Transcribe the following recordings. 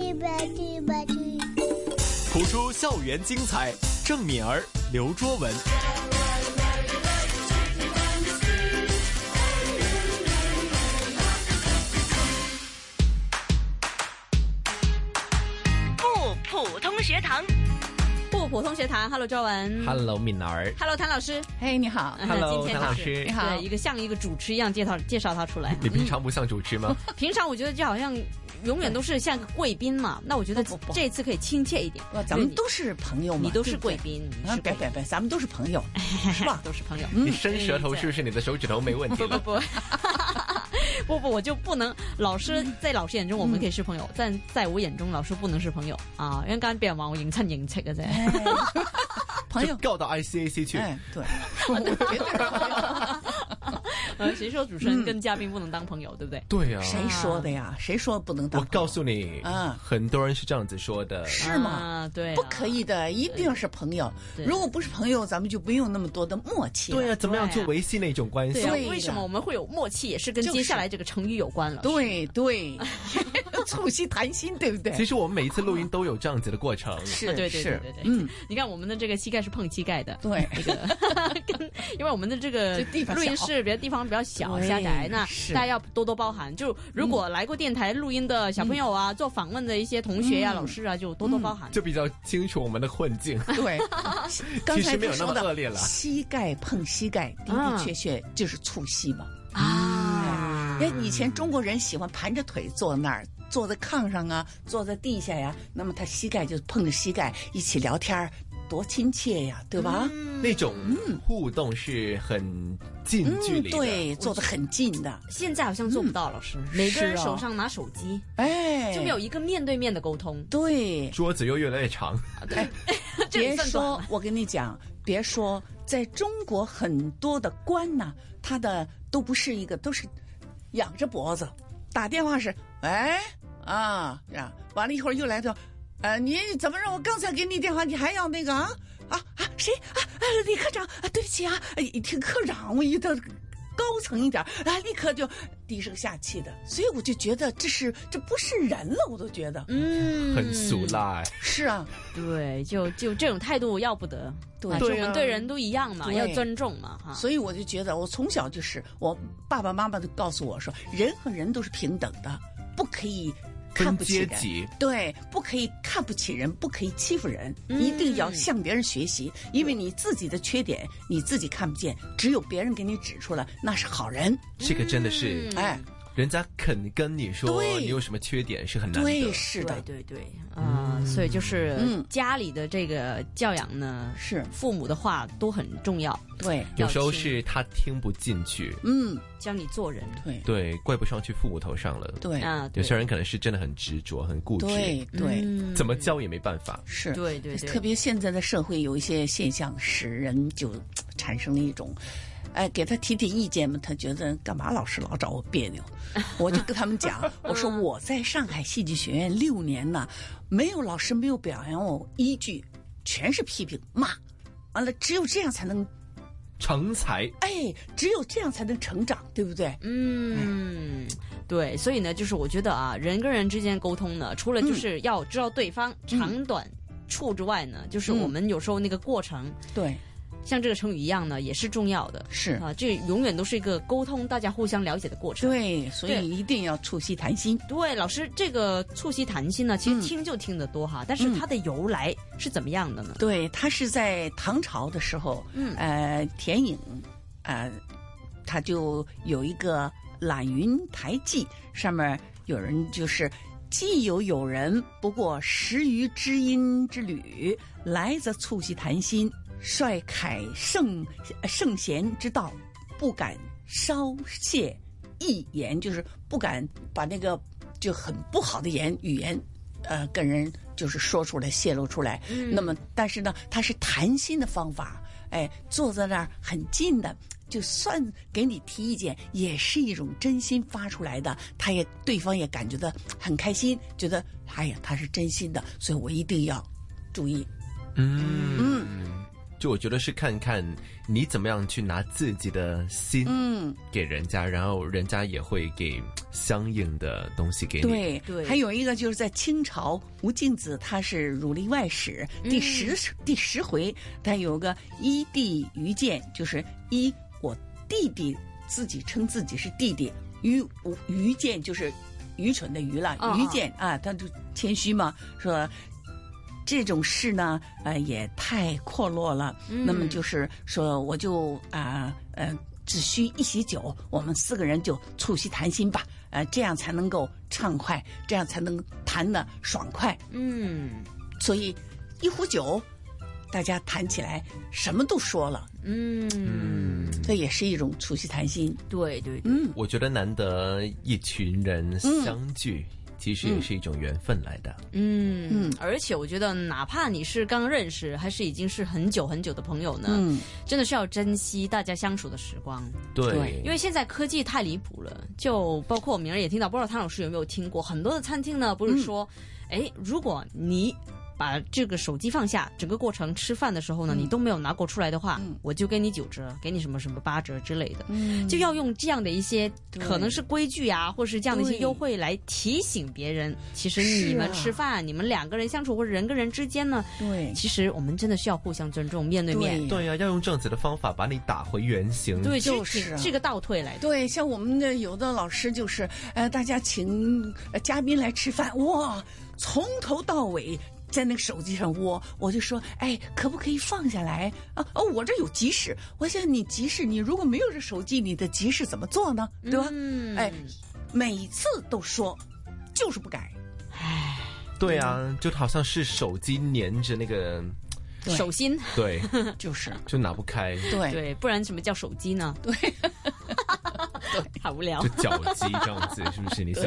去吧去吧去！谱出校园精彩，郑敏儿、刘卓文。不普通学堂，不普通学堂，Hello 周文 Hello，敏儿。 ，Hello 谭老师嗯嘿、你好， Hello，今天谭老老师师你。好对，一个像一个主持一样介绍介绍他出来。嗯你平常不像主持吗？平常我觉得这好像永远都是像个贵宾嘛，那我觉得不不不这次可以亲切一点哇，。咱们对都是朋友嘛，你都是对不对贵宾，你啊是，别贵别别，咱们都是朋友，是吧宾，？都是朋友。嗯你伸舌头是不是你的手指头没问题不不了？不， 不不，我就不能。老师嗯在老师眼中我们可以是朋友，但在我眼中老师不能是朋友啊！因为刚才别人话我认亲认戚嘅啫。 哎朋友就，告到 ICAC 去。哎，对，绝对是朋友呃，谁说主持嗯人跟嘉宾不能当朋友，对不对？对啊呀、谁说的呀？啊谁说不能当我朋友？告诉你，啊很多人是这样子说的。是吗？啊，对啊，不可以的，一定是朋友。对如果不是朋友，咱们就不用那么多的默契了。对呀、啊怎么样去维系那种关系对、？啊，对的为什么我们会有默契，也是跟就是接下来这个成语有关了。啊对对，促膝谈心，对不对？其实我们每一次录音都有这样子的过程。啊是啊对对对是对对，嗯，你看我们的这个膝盖是碰膝盖的，对， 跟因为我们的这个这地方小录音室别的地方比较小对狭窄，那是嗯大家要多多包涵。就如果来过电台录音的小朋友啊，做访问的一些同学呀、嗯老师啊，就多多包涵。就比较清楚我们的困境。对，刚才没有他那说么恶的劣了膝盖碰膝盖，的啊的确确就是促膝嘛。啊哎，以前中国人喜欢盘着腿坐那儿，坐在炕上啊，坐在地下呀、那么他膝盖就碰着膝盖一起聊天儿，多亲切呀，对吧？那种互动是很近嗯距离的。嗯对，坐得很近的，现在好像做不到，老师，每个人是啊手上拿手机，哎，就没有一个面对面的沟通。对。桌子又越来越长，这也别算短说，我跟你讲，别说，在中国很多的官呐，他的都不是一个，都是仰着脖子打电话是，喂啊呀，完了一会儿又来段，呃，你怎么让我刚才给你电话，你还要那个啊啊啊谁啊啊李科长啊，对不起啊，哎一听科长，我一到高层一点儿，啊，立刻就低声下气的，所以我就觉得这是这不是人了，我都觉得嗯很俗。啦。是啊，对，就就这种态度要不得。对反正我对们啊对人都一样嘛，对要尊重嘛，哈。所以我就觉得，我从小就是我爸爸妈妈就告诉我说，人和人都是平等的，不可以看分不起阶人。级，对，不可以看不起人，不可以欺负人，嗯一定要向别人学习，因为你自己的缺点你自己看不见，只有别人给你指出来，那是好人。这个真的是嗯哎，人家肯跟你说对你有什么缺点是很嗯难对，得。是的，对对对，啊、所以就是嗯家里的这个教养呢，是父母的话都很重要，对，有时候是他听不进去，嗯，教你做人对对，怪不上去父母头上了。对啊。有对些人可能是真的很执着、很固执，对对，嗯怎么教也没办法。是。对对对，特别现在的社会有一些现象，使人就嘖产生了一种，哎，给他提提意见嘛，他觉得干嘛老是老找我别 扭？我就跟他们讲，我说我在上海戏剧学院六年呢，没有老师没有表扬我依据，全是批评骂，完了只有这样才能，成才，哎，只有这样才能成长，对不对？嗯，对，所以呢，就是我觉得啊，人跟人之间沟通呢，除了嗯就是要知道对方长短处之外呢，就是嗯我们有时候那个过程，对，像这个成语一样呢，也是重要的。是，啊，这永远都是一个沟通，大家互相了解的过程。对，所对以一定要促膝谈心。对，老师，这个促膝谈心呢，其实嗯听就听得多哈，但是它的由来是怎么样的呢？对他是在唐朝的时候，嗯呃，田颖，呃，他就有一个览云台记，上面有人就是。既有友人，不过十余知音之旅，来则促膝谈心，率凯圣圣贤之道，不敢稍泄一言，就是不敢把那个就很不好的言语言，呃，跟人就是说出来泄露出来。那么，但是呢，他是谈心的方法，哎，坐在那儿很近的。就算给你提意见，也是一种真心发出来的，他也对方也感觉到很开心，觉得哎呀他是真心的，所以我一定要注意。嗯，嗯，就我觉得是看看你怎么样去拿自己的心嗯，给人家，然后人家也会给相应的东西给你。对对还有一个就是在清朝，吴敬梓他是儒吏外史第十、第十回，他有个一弟于建，就是一我弟弟自己称自己是弟弟，于我于建就是愚蠢的愚了，嗯于嗯建啊，他就谦虚嘛，说。这种事呢，呃，也太阔落了。那么嗯就是说，我就啊呃只需一席酒，我们四个人就促膝谈心吧。呃，这样才能够畅快，这样才能谈的爽快。嗯所以一壶酒，大家谈起来什么都说了，嗯，嗯，这也是一种促膝谈心。对对对，嗯，我觉得难得一群人相聚，其实也是一种缘分来的。嗯嗯而且我觉得，哪怕你是刚认识，还是已经是很久很久的朋友呢，嗯，真的是要珍惜大家相处的时光。对对，因为现在科技太离谱了，就包括明儿也听到，不知道汤老师有没有听过，很多的餐厅呢不是说，嗯哎、如果你把这个手机放下，整个过程吃饭的时嗯候呢，你都没有拿过出来的话，我就给你九折，给你什么什么八折之类的，嗯就要用这样的一些可能是规矩啊，或是这样的一些对优惠来提醒别人，其实是你们啊吃饭、你们两个人相处或者人跟人之间呢，对其实我们真的需要互相尊重，面对面，对呀、要用这样子的方法把你打回原形。对，其实就是挺啊是一个倒退来的，对，像我们的有的老师就是，呃，大家请、呃嘉宾来吃饭，哇，从头到尾在那个手机上窝，我就说，哎，可不可以放下来啊？哦，我这有急事，我想你急事，你如果没有这手机，你的急事怎么做呢？对吧？嗯，哎，每次都说，就是不改。对啊，就好像是手机粘着那个，对手心，对， 就是就拿不开，对嗯对，不然什么叫手机呢？ 对，好无聊就。绞机这样子，是不是？你想，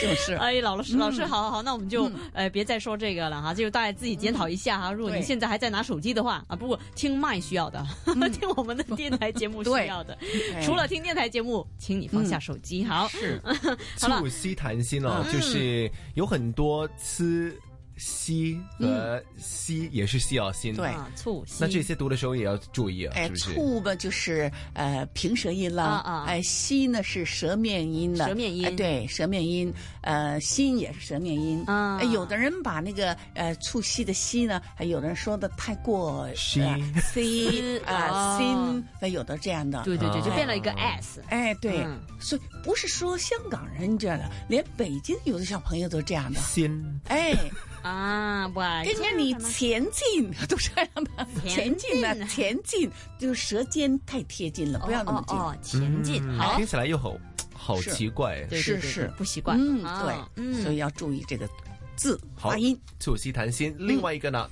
就是哎，老嗯师，老师，好好好，那我们就、呃别再说这个了哈，就大家自己检讨一下哈。如果你嗯对现在还在拿手机的话啊，不过听麦需要的， 听我们的电台节 目需嗯对要的。哎嗯除了听电台节目，请你放下手机。好，是 好了嗯促膝谈心哦，就是有很多吃膝嗯和膝也是膝哦，心。对啊，促膝那这些读的时候也要注意啊，哎是，不是？醋吧就是呃平舌音啦，啊啊哎，吸呢是舌面音的，舌面音哎对，舌面音，呃，心也是舌面音。啊哎，有的人把那个呃促膝的膝呢，还有的人说的太过膝呃 c 啊哦 sin，那有的这样的。对对对，就啊变了一个 s。哎，对嗯，所以不是说香港人这样的，连北京有的小朋友都这 样的。心哎，啊，不好意跟思，着你前进都这样的，前前进进呢啊，前进，就是舌尖太贴近哎了，不要那么近。哦哦，哦前进，嗯好听，起来又好好是奇怪。啊对对是对对是不习惯，嗯，啊对，嗯，所以要注意这个字好发音。促膝谈心。另外一个呢，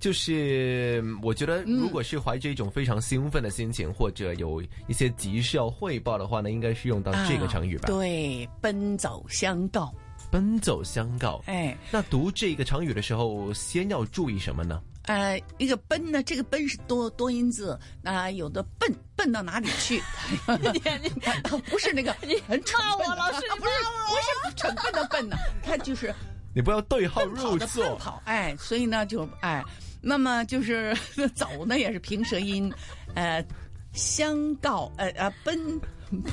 就是嗯我觉得，如果是怀着一种非常兴奋的心情，或者有一些急事要汇报的话呢，应该是用到这个成语吧？啊对，奔走相告。奔走相告。哎，那读这个成语的时候，先要注意什么呢？呃，一个奔呢，这个奔是多多音字，那、有的奔奔到哪里 去？不是那个很蠢笨骂的，我老师啊不是不是蠢笨的笨呢，他就是你不要对号入跑的奔座。跑，哎，所以呢就哎，那么就是 走呢也是平舌音，呃，相告，呃呃奔。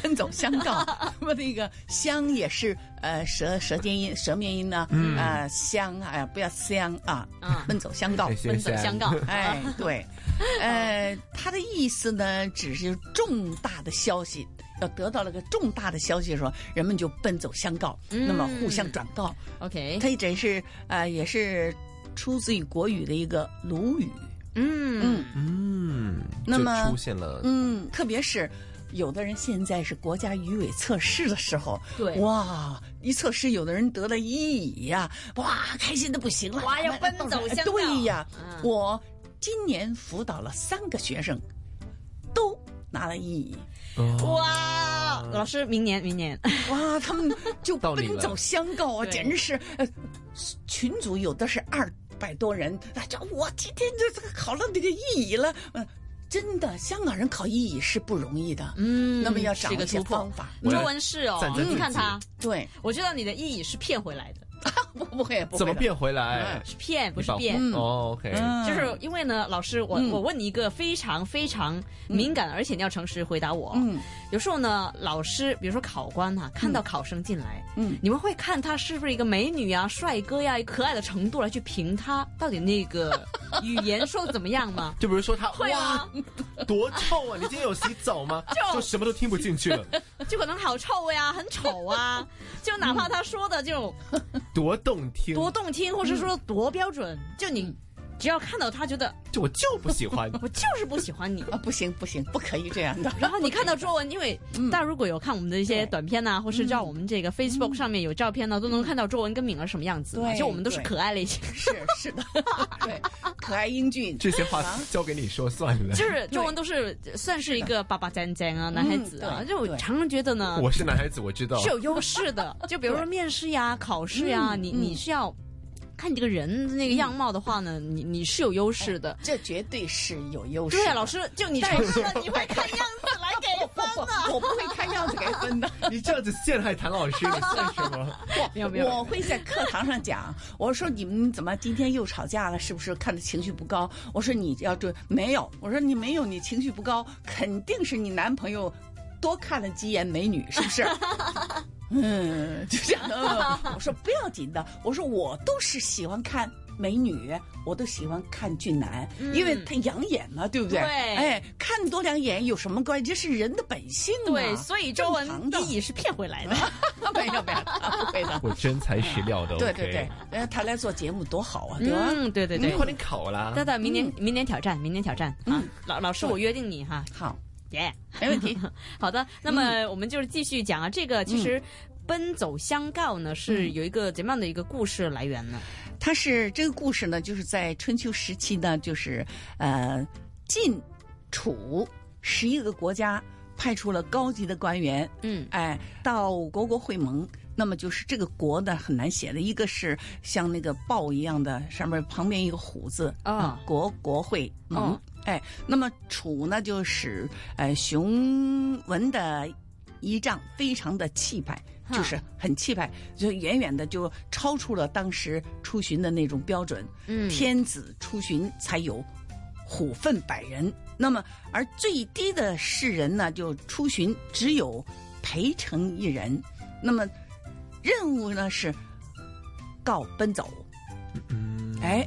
奔走相告，那么那个相也是呃舌舌尖音、舌面音呢，呃相哎、不要相啊啊，奔走相告哎，行奔走相 告，哎对，呃它的意思呢只是重大的消息，要得到了个重大的消息的时候，人们就奔走相告，那么互相转告， OK，它这是呃，也是出自于国语的一个鲁语。嗯嗯，那就么出现了嗯，特别是有的人现在是国家语委测试的时候，对哇，一测试有的人得了一乙呀、哇，开心的不行了，哇要那奔走相告对呀，嗯我今年辅导了三个学生，都拿了一乙，哦哇，老师，明年明年，哇，他们就到你奔了走相告啊，对简直是呃，群组有的是二百多人，啊，这我今天这这个考了这个一乙了，嗯、真的，香港人考一乙是不容易的，嗯那么要是找一个一些突破方法，嗯我要中文是哦赞，赞你看自己 他，对，我觉得你的意义是骗回来的，不不会不会的怎么变回来？是骗不哎你是把变。嗯哦，OK，嗯就是因为呢，老师，我、嗯我问你一个非常非常敏感，而且你要诚实回答我。嗯有时候呢，老师，比如说考官哈、看到考生进来，嗯你们会看他是不是一个美女呀、帅哥呀、可爱的程度来去评他到底那 个语言说的怎么样吗？就比如说他会啊，哇多臭啊！你今天有洗澡吗？就什么都听不进去了，就可能好臭呀，很丑啊，就哪怕他说的就多动听，多动听，或是嗯说多标准，就你只要看到他觉得就我就不喜欢。我就是不喜 欢你，啊，不行不行，不可以这样的。然后你看到皱纹，因为嗯大家如果有看我们的一些短片呐、或是照我们这个 Facebook 上面有照片呢、都能看到皱纹跟敏儿什么样子嘛。对就我们都是可爱类型， 是是的， 对，可爱英俊，这些话交给你说算了。 就是皱纹都是算是一个爸爸尖尖啊，男孩子啊，嗯对就我对常常觉得呢 我是男孩子，我知道是。有优势 的。就比如说面试呀、考试呀，嗯你你是要看你这个人的那个样貌的话呢，你你是有优势的。这绝对哎是有优势的。对啊，老师，就你但承是 认了，你会看样子来给分啊。我不会看样子给分的，你这样子陷害谭老师，你算什么？没有没有我会在课堂上讲， 我说你们怎么今天又吵架了？是不是看的情绪不高？我说你要对没有，我说你没有，你情绪不高，肯定是你男朋友多看了几眼美女，是不 是？嗯，就这样。嗯我说不要紧的，我说我都是喜欢看。美女，我都喜欢看俊男，因为他养眼嘛，对不对？嗯对哎，看多两眼有什么关系？这是人的本性嘛。对，所以皱纹正常的一是骗回来的。 啊没有没有，不会的。我真材实料的。对 OK 对对，，呃，他来做节目多好啊，对吧？嗯，对对你对。快点考啦！大大，明年明年挑战，明年挑战啊！老老师，对我约定你哈，好，耶！没问题。好的，那么我们就是继续讲啊，这个其实。奔走相告呢，是有一个怎么样的一个故事来源呢？ 他是这个故事呢，就是在春秋时期呢，就是呃，晋、楚十一个国家派出了高级的官员，嗯哎，到国国会盟。那么就是这个国呢很难写的，一个是像那个豹一样的，上面旁边一个虎字嗯啊国国会盟。哦哎，那么楚呢就是呃雄文的仪仗非常的气派，哈就是很气派，就远远的就超出了当时出巡的那种标准。嗯天子出巡才有虎分百人，那么而最低的士人呢，就出巡只有陪臣一人。那么任务呢是告奔走，嗯哎，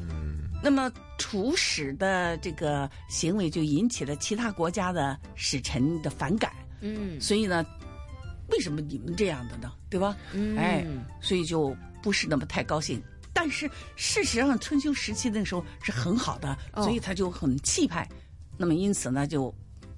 那么楚使的这个行为就引起了其他国家的使臣的反感，嗯所以呢，为什么你们这样的呢？对吧？嗯哎，所以就不是那么太高兴。但是事实上，春秋时期那时候是很好的，哦所以他就很气派。那么因此呢，就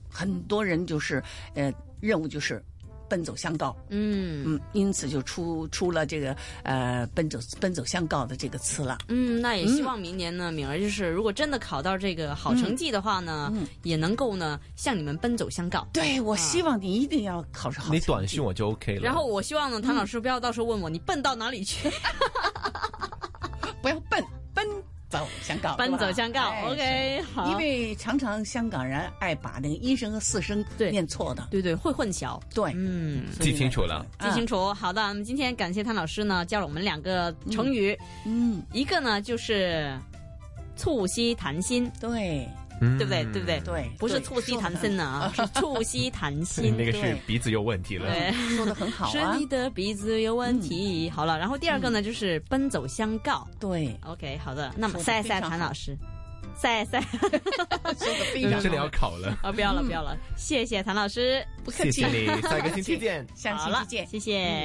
很多人就是呃，任务就是奔走相告。嗯嗯，因此就出出了这个呃“奔走奔走相告”的这个词了。嗯，那也希望明年呢，敏儿就是如果真的考到这个好成绩的话呢，也能够呢向你们奔走相告。对，我希望你一定要考试好成绩。你短信我就 OK 了。然后我希望呢，谭老师不要到时候问我你笨到哪里去，不要奔奔走相告，奔是吧走相告哎。 OK，好，因为常常香港人爱把那个一声和四声对念错的。对对会混淆。对，嗯，记清楚了。啊记清楚。好的，那么今天感谢谭老师呢，教了我们两个成语，嗯，一个呢就是促膝谈心，对嗯对不对？对不对？对，不是促膝谈心呢啊， 是促膝谈心。嗯 那个是对鼻子有问题了。对说的很好是啊你。的鼻子有问题。好了，然后第二个呢就是奔走相告。对， OK，好的，那么说得晒一晒非常谭好老师，晒一晒说的非你 常真的好。要考了，啊，不 要了不要了，谢谢谭老师，不客谢气啊谢，你，下一个星期见。下好期了，见。谢谢。